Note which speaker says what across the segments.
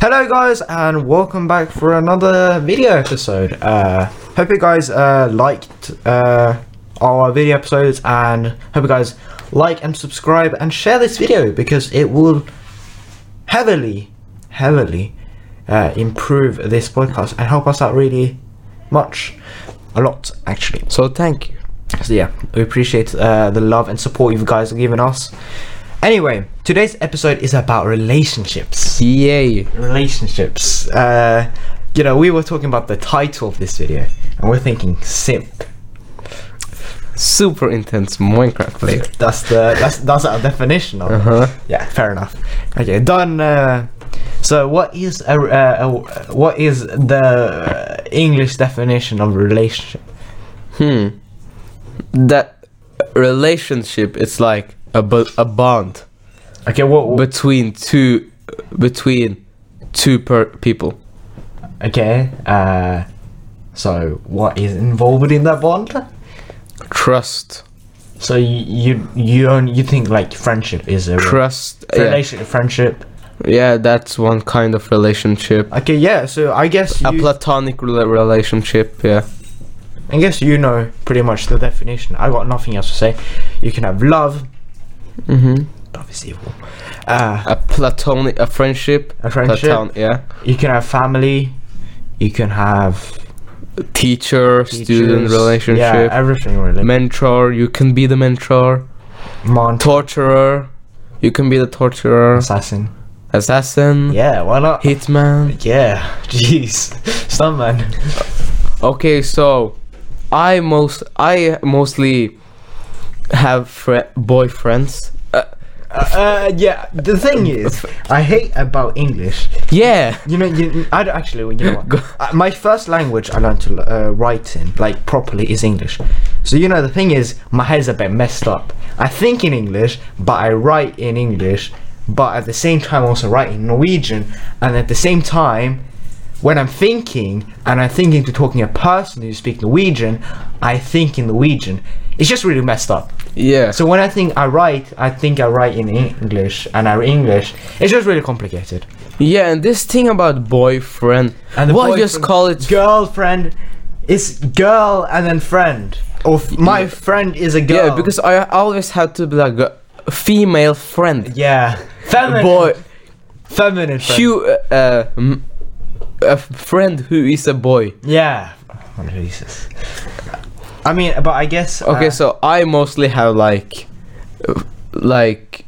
Speaker 1: Hello guys and welcome back for another video episode. Uh, hope you guys uh, liked uh, our video episodes and hope you guys like and subscribe and share this video because it will heavily, heavily uh, improve this podcast and help us out really much, a lot actually. So thank you. So yeah, we appreciate uh, the love and support you guys have given us. Anyway, today's episode is about relationships
Speaker 2: Yay.
Speaker 1: relationships. Uh, you know, we were talking about the title of this video, and we're thinking simp.
Speaker 2: Super intense Minecraft player.
Speaker 1: That's the that's that's our definition of. it.
Speaker 2: Uh-huh.
Speaker 1: Yeah, fair enough. Okay, done. Uh, so, what is a, uh, a what is the English definition of relationship?
Speaker 2: Hmm. That relationship it's like a, bu- a bond
Speaker 1: Okay, what?
Speaker 2: between two between two per- people.
Speaker 1: okay. Uh, so, what is involved in that bond?
Speaker 2: Trust.
Speaker 1: So you you you, only, you think like friendship is a re-
Speaker 2: Trust. Yeah.
Speaker 1: relationship friendship?
Speaker 2: yeah, that's one kind of relationship.
Speaker 1: Okay, yeah. So I guess
Speaker 2: A
Speaker 1: you-
Speaker 2: platonic rela- relationship, yeah.
Speaker 1: I guess you know pretty much the definition. I got nothing else to say. You can have love, Mm-hmm.
Speaker 2: Mhm.
Speaker 1: love is evil. Uh,
Speaker 2: A platonic a friendship.
Speaker 1: a friendship.
Speaker 2: Platon- yeah.
Speaker 1: You can have family. You can have
Speaker 2: Teacher, student
Speaker 1: teachers.
Speaker 2: relationship.
Speaker 1: Yeah, everything really.
Speaker 2: mentor, you can be the mentor.
Speaker 1: Man,
Speaker 2: torturer. You can be the torturer,
Speaker 1: assassin.
Speaker 2: assassin,
Speaker 1: Yeah, why not?
Speaker 2: hitman.
Speaker 1: yeah, jeez, some man.
Speaker 2: Okay, so I most I mostly have fri boyfriends. Uh,
Speaker 1: Uh, uh, yeah, the thing is, I hate about English.
Speaker 2: yeah,
Speaker 1: You know, you, I don't- actually, you know
Speaker 2: Go-
Speaker 1: what? Uh, my first language I learned to uh, write in, like properly, is English. So you know, the thing is, my head's a bit messed up. I think in English, but I write in English, but at the same time also write in Norwegian, and at the same time, when I'm thinking and I'm thinking to talking to a person who speaks Norwegian, I think in Norwegian. It's just really messed up.
Speaker 2: yeah.
Speaker 1: So when I think I write, I think I write in English, and I English. It's just really complicated.
Speaker 2: yeah, and this thing about boyfriend,
Speaker 1: And the
Speaker 2: why
Speaker 1: boy
Speaker 2: just
Speaker 1: from-
Speaker 2: call it?
Speaker 1: girlfriend? It's girl and then friend. Or f- my
Speaker 2: Yeah.
Speaker 1: friend is a girl.
Speaker 2: yeah, because I always had to be like a female friend,
Speaker 1: yeah, feminine,
Speaker 2: boy,
Speaker 1: feminine friend.
Speaker 2: hu- uh, mm, a friend who is a boy.
Speaker 1: Yeah. Oh, Jesus. I mean, but I guess
Speaker 2: Okay,
Speaker 1: uh,
Speaker 2: so I mostly have like, uh, like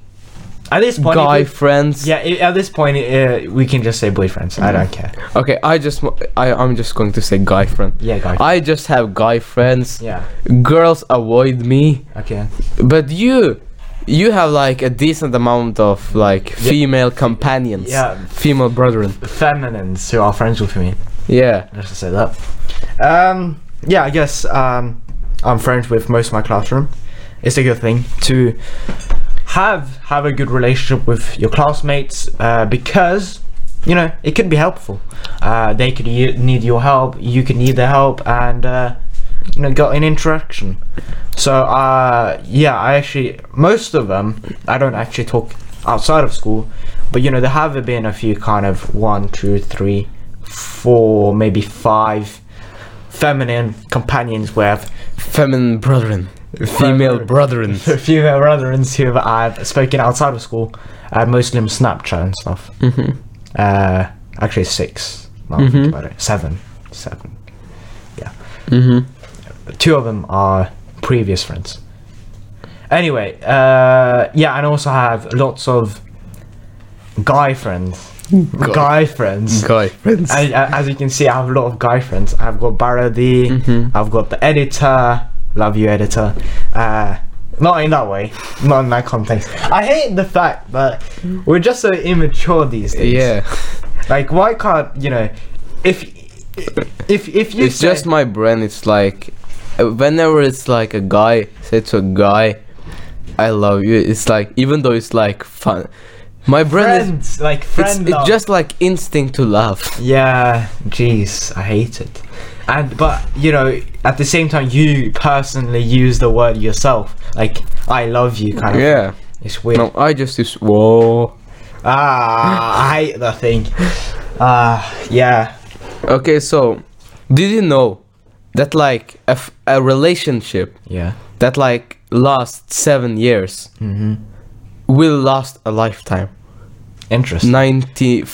Speaker 1: at this point,
Speaker 2: guy
Speaker 1: if
Speaker 2: friends.
Speaker 1: we- yeah, i- at this point, uh, we can just say boyfriends. I don't care.
Speaker 2: Okay, I just wa- I I'm just going to say guy friend.
Speaker 1: Yeah, guy.
Speaker 2: I just have guy friends.
Speaker 1: yeah.
Speaker 2: Girls avoid me,
Speaker 1: Okay.
Speaker 2: but you you have like a decent amount of like female companions.
Speaker 1: Yeah.
Speaker 2: Female brethren.
Speaker 1: Feminines who are friends with me.
Speaker 2: Yeah.
Speaker 1: Let's just say that. Um, yeah, I guess um, I'm friends with most of my classroom. It's a good thing to have have a good relationship with your classmates uh, because you know it could be helpful. Uh, they could u- need your help, you could need their help, and uh, you know got an interaction. So uh, yeah, I actually most of them I don't actually talk outside of school, but you know there have been a few kind of one, two, three, four, maybe five feminine companions where I've
Speaker 2: Feminine brethren. Female brethren.
Speaker 1: a few of our brethrens who I've spoken outside of school, uh, mostly on Snapchat and stuff.
Speaker 2: Mhm.
Speaker 1: Uh, actually, six. Now I think about it. Seven. Seven.
Speaker 2: Mhm.
Speaker 1: Two of them are previous friends. Anyway, uh, yeah, and also have lots of guy friends.
Speaker 2: Guy.
Speaker 1: Guy friends.
Speaker 2: Guy friends.
Speaker 1: And, uh, as you can see, I have a lot of guy friends. I've got Barody,
Speaker 2: Mm-hmm.
Speaker 1: I've got the editor. Love you, editor. Uh, not in that way, not in that context. I hate the fact that we're just so immature these days.
Speaker 2: yeah.
Speaker 1: Like, why can't you know? If if if you
Speaker 2: It's
Speaker 1: say-
Speaker 2: just my brain. It's like uh, whenever it's like a guy say to a guy, "I love you." It's like even though it's like fun, my brain is
Speaker 1: friends, like
Speaker 2: it's,
Speaker 1: friends.
Speaker 2: it's just like instinct to love.
Speaker 1: Yeah, jeez, I hate it. And but you know, at the same time, you personally use the word yourself, like "I love you" kind of.
Speaker 2: Yeah.
Speaker 1: It's weird.
Speaker 2: No, I just use whoa.
Speaker 1: Ah, I hate that thing. Ah, yeah.
Speaker 2: Okay, so did you know that like a, f- a relationship
Speaker 1: Yeah.
Speaker 2: that like lasts seven years
Speaker 1: Mm-hmm.
Speaker 2: will last a lifetime?
Speaker 1: Interesting.
Speaker 2: Ninety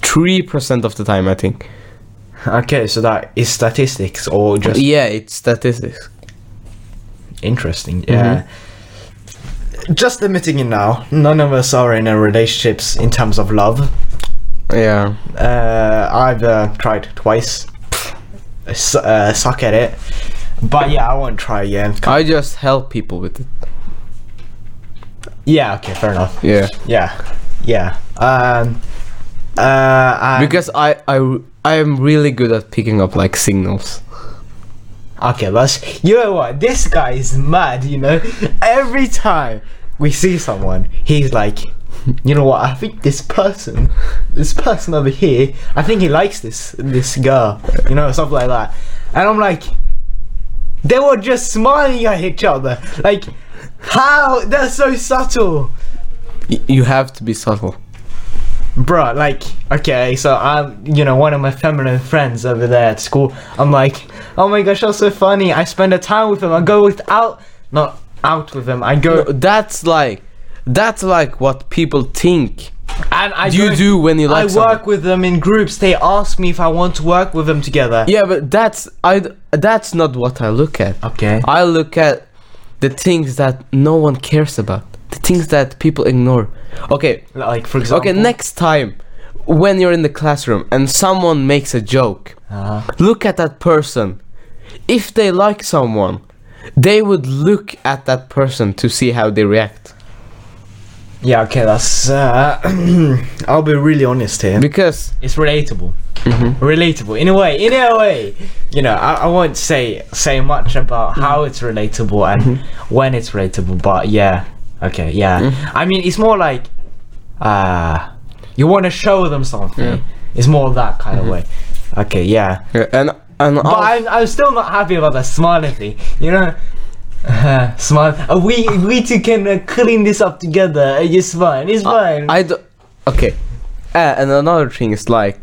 Speaker 2: three percent of the time, I think.
Speaker 1: Okay, so that is statistics or just
Speaker 2: yeah, it's statistics.
Speaker 1: interesting. Yeah. Just admitting it now, none of us are in a relationships in terms of love.
Speaker 2: Yeah.
Speaker 1: Uh, I've uh, tried twice. I su- uh, suck at it. But yeah, I won't try again.
Speaker 2: I just help people with it.
Speaker 1: Yeah, okay, fair enough.
Speaker 2: Yeah.
Speaker 1: Yeah, yeah. Um, uh, and-
Speaker 2: Because I I I am really good at picking up like signals.
Speaker 1: okay, but you know what? This guy is mad. You know, every time we see someone, he's like, you know what? I think this person, this person over here, I think he likes this this girl. You know, something like that. And I'm like, they were just smiling at each other. Like, how? That's so subtle.
Speaker 2: Y- you have to be subtle.
Speaker 1: Bruh, like, okay, so I'm, you know, one of my feminine friends over there at school. I'm like, oh my gosh, that's so funny. I spend a time with him. I go without, not out with him. I go,
Speaker 2: That's like that's like what people think
Speaker 1: and I
Speaker 2: you
Speaker 1: go-
Speaker 2: do when you
Speaker 1: I
Speaker 2: like
Speaker 1: work
Speaker 2: someone.
Speaker 1: with them in groups. They ask me if I want to work with them together.
Speaker 2: Yeah, but that's I d- that's not what I look at.
Speaker 1: Okay.
Speaker 2: I look at the things that no one cares about. The things that people ignore. Okay.
Speaker 1: Like, for example.
Speaker 2: Okay, next time when you're in the classroom and someone makes a joke,
Speaker 1: Uh,
Speaker 2: look at that person. If they like someone, they would look at that person to see how they react.
Speaker 1: yeah, okay, that's, uh, I'll be really honest here.
Speaker 2: Because
Speaker 1: it's relatable. Relatable in a way. In a way, you know, I, I won't say say much about how it's relatable and when it's relatable, but yeah, okay, yeah. I mean, it's more like uh you want to show them something. It's more that kind of way. Okay, yeah.
Speaker 2: Yeah, and and
Speaker 1: But
Speaker 2: I'll-
Speaker 1: I'm, I'm still not happy about the smiling thing. You know, uh, smile. Uh, we we two can uh, clean this up together. Uh, It's fine. It's fine.
Speaker 2: I do okay. Uh, and another thing is like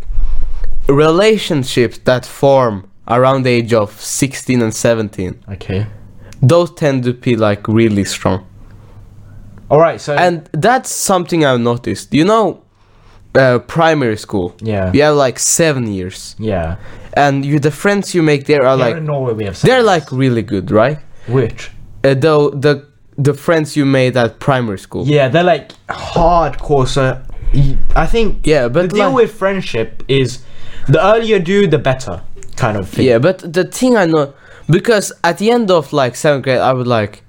Speaker 2: relationships that form around the age of 16 and 17
Speaker 1: okay.
Speaker 2: those tend to be like really strong
Speaker 1: All right. So
Speaker 2: and that's something i've noticed you know uh, primary school
Speaker 1: yeah.
Speaker 2: you have like seven years
Speaker 1: Yeah.
Speaker 2: and you the friends you make there are
Speaker 1: Here
Speaker 2: like
Speaker 1: in Norway we have
Speaker 2: they're
Speaker 1: seven.
Speaker 2: like really good right
Speaker 1: which
Speaker 2: uh, though the the friends you made at primary school
Speaker 1: yeah they're like hardcore so y- I think
Speaker 2: Yeah,
Speaker 1: the
Speaker 2: but
Speaker 1: deal
Speaker 2: like-
Speaker 1: with friendship is the earlier you do the better kind of thing
Speaker 2: Yeah, but the thing I know because at the end of like seventh grade, I would like,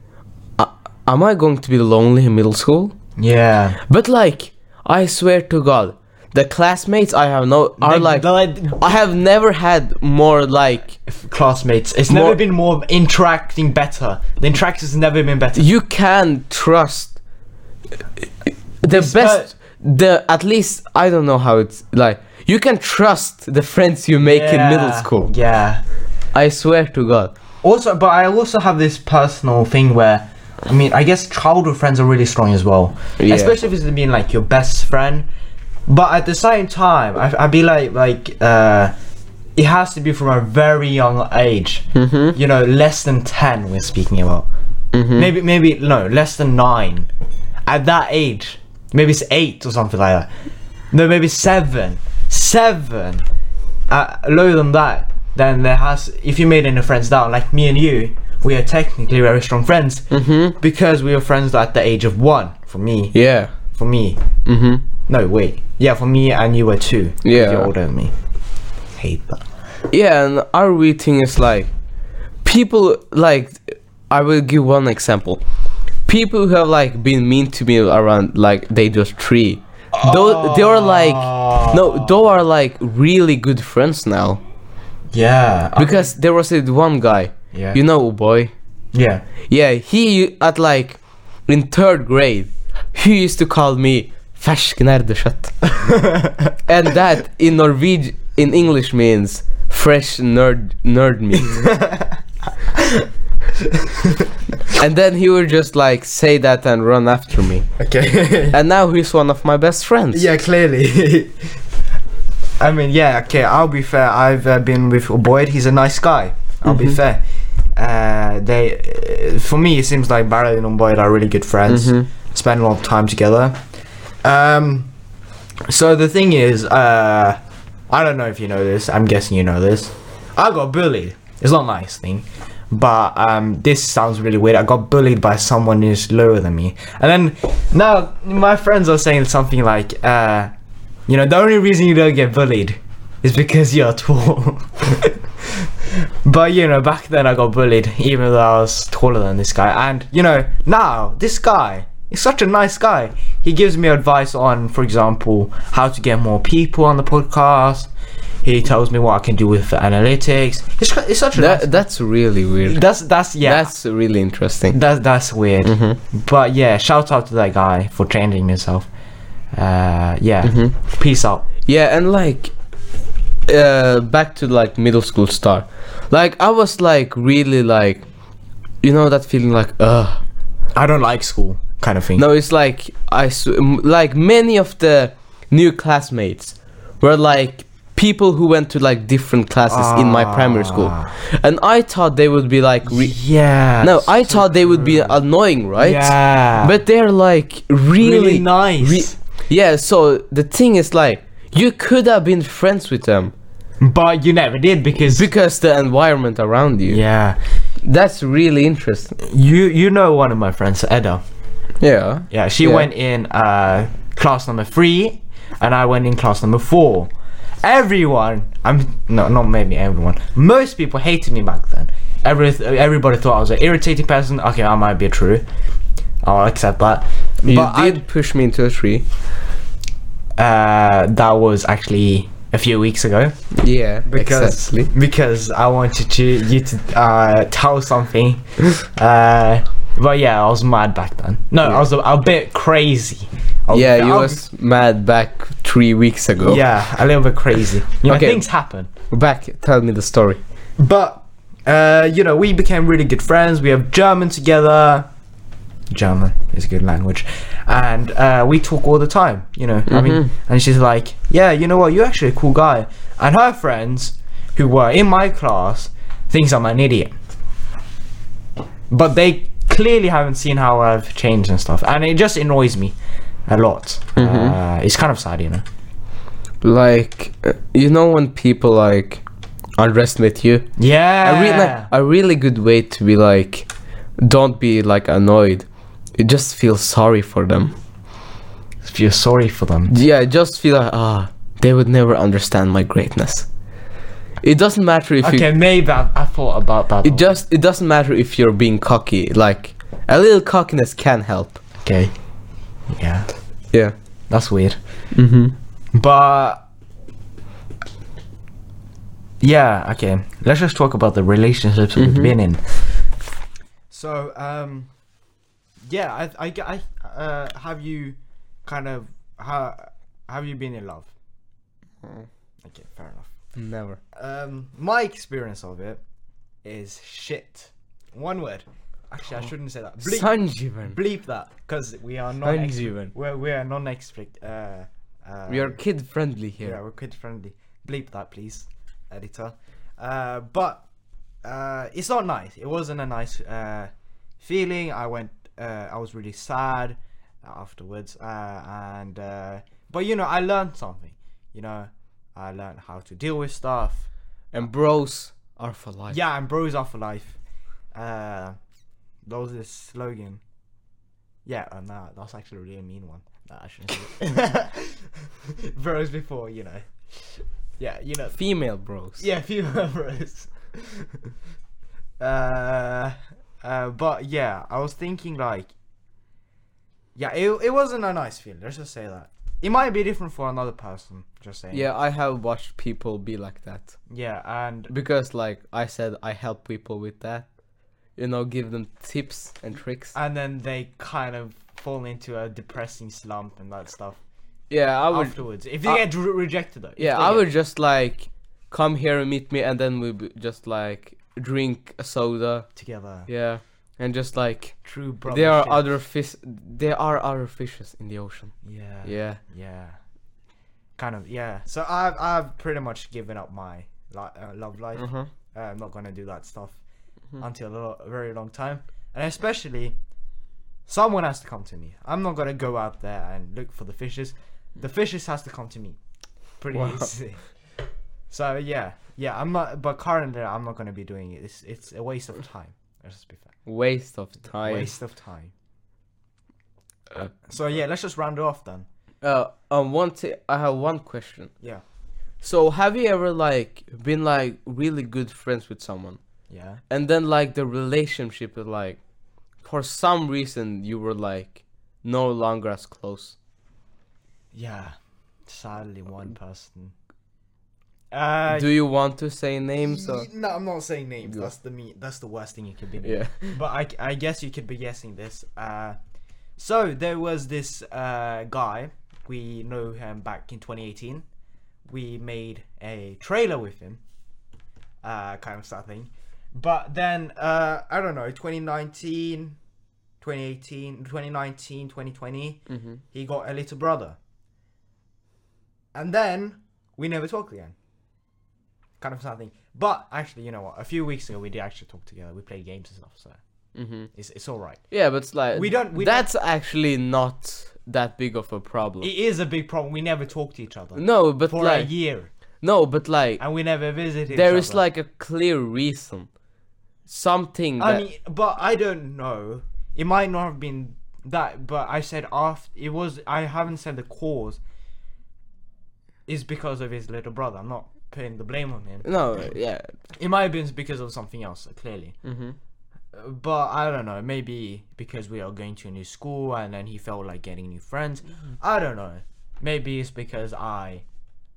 Speaker 2: "A- am I going to be lonely in middle school?
Speaker 1: yeah
Speaker 2: But like, I swear to God, the classmates I have no are
Speaker 1: They-
Speaker 2: like,
Speaker 1: they're like
Speaker 2: I have never had more like
Speaker 1: f- classmates it's
Speaker 2: More-
Speaker 1: never been more interacting better the interaction's never been better
Speaker 2: you can trust the
Speaker 1: It's
Speaker 2: best the at least I don't know how it's like you can trust the friends you make in middle
Speaker 1: Yeah,
Speaker 2: school.
Speaker 1: yeah
Speaker 2: I swear to God.
Speaker 1: also but I also have this personal thing where I mean I guess childhood friends are really strong as well
Speaker 2: Yeah.
Speaker 1: especially if it's been like your best friend but at the same time I, I be like like uh it has to be from a very young age mm-hmm. you know less than 10 we're speaking about maybe maybe no less than 9 at that age maybe it's 8 or something like that no maybe 7 7 uh, lower than that then there has if you made any friends down like me and you we are technically very strong friends mm-hmm. because we were friends at the age of 1 for me
Speaker 2: Yeah.
Speaker 1: for me Mm-hmm.
Speaker 2: Mhm.
Speaker 1: no wait yeah for me and you were 2 if
Speaker 2: Yeah.
Speaker 1: you're older than me hate that
Speaker 2: Yeah, and our weird thing is like people like I will give one example. People who have like been mean to me around like they just three. Though they are like no, though are like really good friends now.
Speaker 1: yeah I-
Speaker 2: Because there was this one guy,
Speaker 1: Yeah.
Speaker 2: you know boy.
Speaker 1: yeah
Speaker 2: Yeah, he at like in third grade, he used to call me "Fersk nerdekjøtt," and that in Norwegian, in English means "fresh nerd nerd meat." and then he would just like say that and run after me,
Speaker 1: okay
Speaker 2: and now he's one of my best friends.
Speaker 1: Yeah, clearly. I mean, yeah, okay. I'll be fair. I've uh, been with Boyd. He's a nice guy. I'll be
Speaker 2: Mhm.
Speaker 1: fair. Uh, they, uh, for me, it seems like Barry and Boyd are really good friends.
Speaker 2: Mhm.
Speaker 1: Spend a lot of time together. Um, so the thing is, uh, I don't know if you know this. I'm guessing you know this. I got bullied. It's not a nice thing, but um, this sounds really weird. I got bullied by someone who's lower than me, and then now my friends are saying something like, uh, you know, the only reason you don't get bullied is because you're tall. but you know, back then I got bullied, even though I was taller than this guy. And you know, now this guy is such a nice guy. He gives me advice on, for example, how to get more people on the podcast. He tells me what I can do with analytics. It's, cu- it's such a
Speaker 2: That that's really
Speaker 1: nice,
Speaker 2: weird.
Speaker 1: that's that's yeah that's
Speaker 2: That's Mm-hmm. really interesting.
Speaker 1: that's, that's weird. But yeah, shout out to that guy for changing himself. Uh, yeah,
Speaker 2: Mm-hmm.
Speaker 1: peace out.
Speaker 2: Yeah, and like uh back to like middle school star. Like I was like really like you know that feeling like ugh
Speaker 1: I don't like school kind of thing.
Speaker 2: No, it's like I s- m- like many of the new classmates were like people who went to like different classes in my primary school,
Speaker 1: Ah.
Speaker 2: and I thought they would be like re-
Speaker 1: yeah.
Speaker 2: no, I thought they would be annoying, right?
Speaker 1: Yeah.
Speaker 2: But they're like really,
Speaker 1: really nice.
Speaker 2: re- yeah. So the thing is like you could have been friends with them
Speaker 1: but you never did because
Speaker 2: because the environment around you.
Speaker 1: yeah.
Speaker 2: That's really interesting.
Speaker 1: You you know one of my friends, Edda.
Speaker 2: Yeah.
Speaker 1: Yeah, she
Speaker 2: Yeah.
Speaker 1: went in uh, class number three, and I went in class number four. Everyone, I'm no, not maybe everyone. Most people hated me back then. Every everybody thought I was an irritating person. Okay, I might be true. I'll accept that.
Speaker 2: You
Speaker 1: but I-
Speaker 2: did push me into a tree.
Speaker 1: uh, that was actually a few weeks ago.
Speaker 2: Yeah.
Speaker 1: because
Speaker 2: exactly.
Speaker 1: because I wanted to you to uh, tell something. Uh, but yeah, I was mad back then. No, I was a, a bit crazy. I was-
Speaker 2: yeah, you
Speaker 1: I
Speaker 2: was mad back three weeks ago.
Speaker 1: Yeah, a little bit crazy. You know,
Speaker 2: Okay.
Speaker 1: things happen.
Speaker 2: Back, tell me the story.
Speaker 1: But uh, you know, we became really good friends. We have German together. German is a good language, and uh, we talk all the time. You know, I mean,
Speaker 2: Mm-hmm.
Speaker 1: and she's like, "Yeah, you know what? You're actually a cool guy." And her friends, who were in my class, thinks I'm an idiot. But they clearly haven't seen how I've changed and stuff, and it just annoys me a lot.
Speaker 2: Mm-hmm.
Speaker 1: Uh, it's kind of sad, you know.
Speaker 2: Like, uh, you know when people like underestimate you.
Speaker 1: Yeah,
Speaker 2: A, re- like, a really good way to be like, don't be like annoyed. You just feel sorry for them.
Speaker 1: feel sorry for them.
Speaker 2: Yeah, just feel like ah, they would never understand my greatness. It doesn't matter if
Speaker 1: Okay,
Speaker 2: you.
Speaker 1: maybe I, I thought about that.
Speaker 2: It just it doesn't matter if you're being cocky. Like a little cockiness can help.
Speaker 1: okay. Yeah,
Speaker 2: Yeah.
Speaker 1: that's weird.
Speaker 2: Mm-hmm.
Speaker 1: But yeah, okay. Let's just talk about the relationships we've been in. So, um, yeah, I, I, g- I, uh, have you kind of ha, have you been in love? Okay, fair enough.
Speaker 2: Never.
Speaker 1: Um, my experience of it is shit. One word. Actually, I shouldn't say that. Bleep.
Speaker 2: Sanjeevan.
Speaker 1: bleep that because we are non
Speaker 2: Thanks, Ewan.
Speaker 1: we're, we are non explicit uh, uh,
Speaker 2: We are kid friendly here.
Speaker 1: yeah we're kid friendly bleep that please editor uh, but uh, it's not nice it wasn't a nice uh, feeling I went uh, I was really sad afterwards uh, and uh, but you know I learned something you know I learned how to deal with stuff
Speaker 2: And bros are for life.
Speaker 1: yeah, and bros are for life. Uh, that was his slogan. Yeah, and that that's actually a really mean one. That I shouldn't say. bros before, you know. Yeah, you know.
Speaker 2: Female bros.
Speaker 1: Yeah, female bros. uh, uh, but yeah, I was thinking like, yeah, it it wasn't a nice feeling. Let's just say that. It might be different for another person. Just saying.
Speaker 2: Yeah, I have watched people be like that.
Speaker 1: Yeah, and
Speaker 2: Because like I said I help people with that. You know, give them tips and tricks.
Speaker 1: and then they kind of fall into a depressing slump and that stuff
Speaker 2: yeah, I would
Speaker 1: afterwards. If they
Speaker 2: I-
Speaker 1: get re- rejected, though. if
Speaker 2: Yeah,
Speaker 1: they
Speaker 2: I
Speaker 1: get-
Speaker 2: would just like come here and meet me and then we b- just like drink a soda.
Speaker 1: together.
Speaker 2: Yeah. And just like
Speaker 1: True brother.
Speaker 2: there are other fish there are other fishes in the ocean.
Speaker 1: Yeah.
Speaker 2: Yeah.
Speaker 1: Yeah. kind of yeah. So I've I've pretty much given up my li- uh, love life. Uh, I'm not gonna do that stuff until a, lo- a very long time, and especially someone has to come to me. I'm not gonna go out there and look for the fishes. The fishes has to come to me, pretty
Speaker 2: Wow.
Speaker 1: easy. So yeah, yeah. I'm not, but currently I'm not gonna be doing it. It's it's a waste of time. Let's just be fair.
Speaker 2: Waste of time.
Speaker 1: Waste of time. So yeah, let's just round it off then.
Speaker 2: Uh, um, one thi- I have one question.
Speaker 1: Yeah.
Speaker 2: So, have you ever like been like really good friends with someone,
Speaker 1: Yeah.
Speaker 2: and then like the relationship is like, for some reason you were like, no longer as close.
Speaker 1: Yeah. Sadly, one person. Uh,
Speaker 2: Do you want to say names or?
Speaker 1: y- no, I'm not saying names.
Speaker 2: Yeah.
Speaker 1: That's the me. That's the worst thing you could be.
Speaker 2: Yeah.
Speaker 1: But I, c- I guess you could be guessing this. Uh, so there was this uh, guy. We know him back in 2018. We made a trailer with him. Uh, kind of sad thing. But then uh, I don't know. 2019, 2018, 2019, 2020.
Speaker 2: Mm-hmm.
Speaker 1: He got a little brother. And then we never talked again. Kind of something. But actually, you know what? A few weeks ago, we did actually talk together. We played games and stuff, so
Speaker 2: hmm
Speaker 1: it's, it's all right.
Speaker 2: Yeah, but it's like
Speaker 1: We don't- we don't-
Speaker 2: that's actually not that big of a problem.
Speaker 1: It is a big problem. We never talked to each other
Speaker 2: no, but
Speaker 1: for a
Speaker 2: like
Speaker 1: year,
Speaker 2: no, but like
Speaker 1: and we never visited.
Speaker 2: there
Speaker 1: each
Speaker 2: is
Speaker 1: other.
Speaker 2: like a clear reason, something
Speaker 1: I
Speaker 2: that
Speaker 1: mean, but I don't know. It might not have been that, but I said after it was. I haven't said the cause. Is because of his little brother. I'm not putting the blame on him.
Speaker 2: no, yeah,
Speaker 1: It might have been because of something else, clearly.
Speaker 2: mm-hmm.
Speaker 1: Uh, But I don't know. Maybe because we are going to a new school, and then he felt like getting new friends. I don't know. Maybe it's because I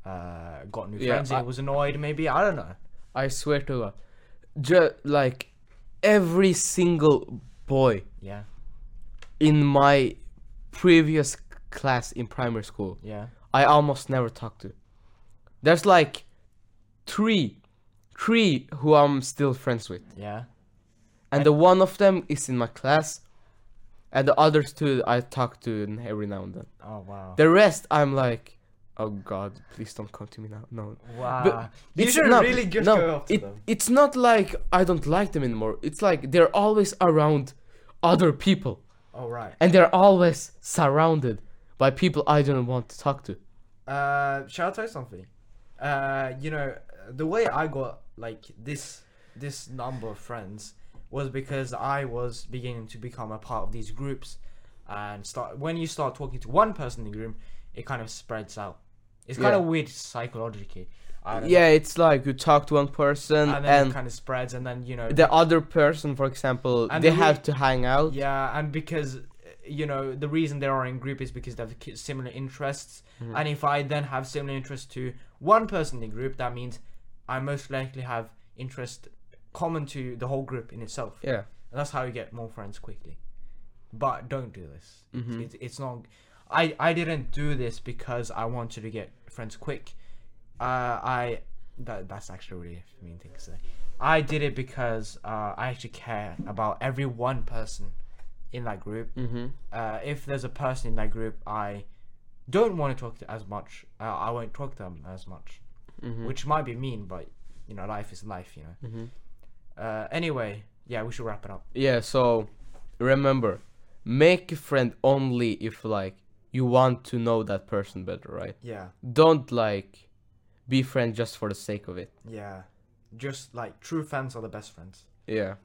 Speaker 1: uh, got new
Speaker 2: Yeah,
Speaker 1: friends. and
Speaker 2: I-
Speaker 1: he was annoyed. Maybe I don't know.
Speaker 2: I swear to God, Ju- like every single boy
Speaker 1: Yeah,
Speaker 2: in my previous c- class in primary school,
Speaker 1: yeah,
Speaker 2: I almost never talked to. There's like three, three who I'm still friends with,
Speaker 1: yeah.
Speaker 2: and the one of them is in my class, and the others two I talk to n- every now and then.
Speaker 1: Oh wow.
Speaker 2: The rest I'm like, oh God, please don't come to me now, no.
Speaker 1: Wow.
Speaker 2: But
Speaker 1: you
Speaker 2: it's
Speaker 1: should
Speaker 2: not-
Speaker 1: Ah, really just go after
Speaker 2: it-
Speaker 1: them.
Speaker 2: It's not like I don't like them anymore. It's like they're always around other people.
Speaker 1: Oh right.
Speaker 2: And they're always surrounded by people I don't want to talk to.
Speaker 1: Uh, shall I tell you something? Uh, you know, the way I got like this this number of friends was because I was beginning to become a part of these groups, and start when you start talking to one person in the room, it kind of spreads out. It's kind
Speaker 2: Yeah.
Speaker 1: of weird psychologically. I don't know.
Speaker 2: Yeah, it's like you talk to one person
Speaker 1: And
Speaker 2: and,
Speaker 1: then it kind of spreads, and then you know
Speaker 2: the other person, for example,
Speaker 1: And
Speaker 2: they
Speaker 1: the re-
Speaker 2: have to hang out.
Speaker 1: Yeah, and because uh, you know the reason they are in group is because they have ki- similar interests, and if I then have similar interests to one person in group, that means I most likely have interest common to the whole group in itself.
Speaker 2: Yeah.
Speaker 1: And that's how you get more friends quickly. But don't do this. It's, it's not. I I didn't do this because I wanted to get friends quick. Uh, I that that's actually a really mean thing to say. I did it because uh, I actually care about every one person in that group.
Speaker 2: Mm-hmm.
Speaker 1: Uh, if there's a person in that group I don't want to talk to as much, uh, I won't talk to them as much, which might be mean, but you know, life is life. You know. Uh, anyway, yeah, we should wrap it up.
Speaker 2: Yeah, so remember, make a friend only if like you want to know that person better, right?
Speaker 1: Yeah,
Speaker 2: Don't like be friends just for the sake of it.
Speaker 1: yeah. Just like true fans are the best friends,
Speaker 2: Yeah.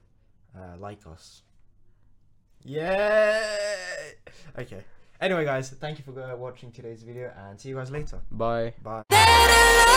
Speaker 1: uh, like us. Yeah. Okay. Anyway, guys, thank you for uh, watching today's video, and see you guys later.
Speaker 2: Bye.
Speaker 1: Bye.
Speaker 3: Da-da-da-da.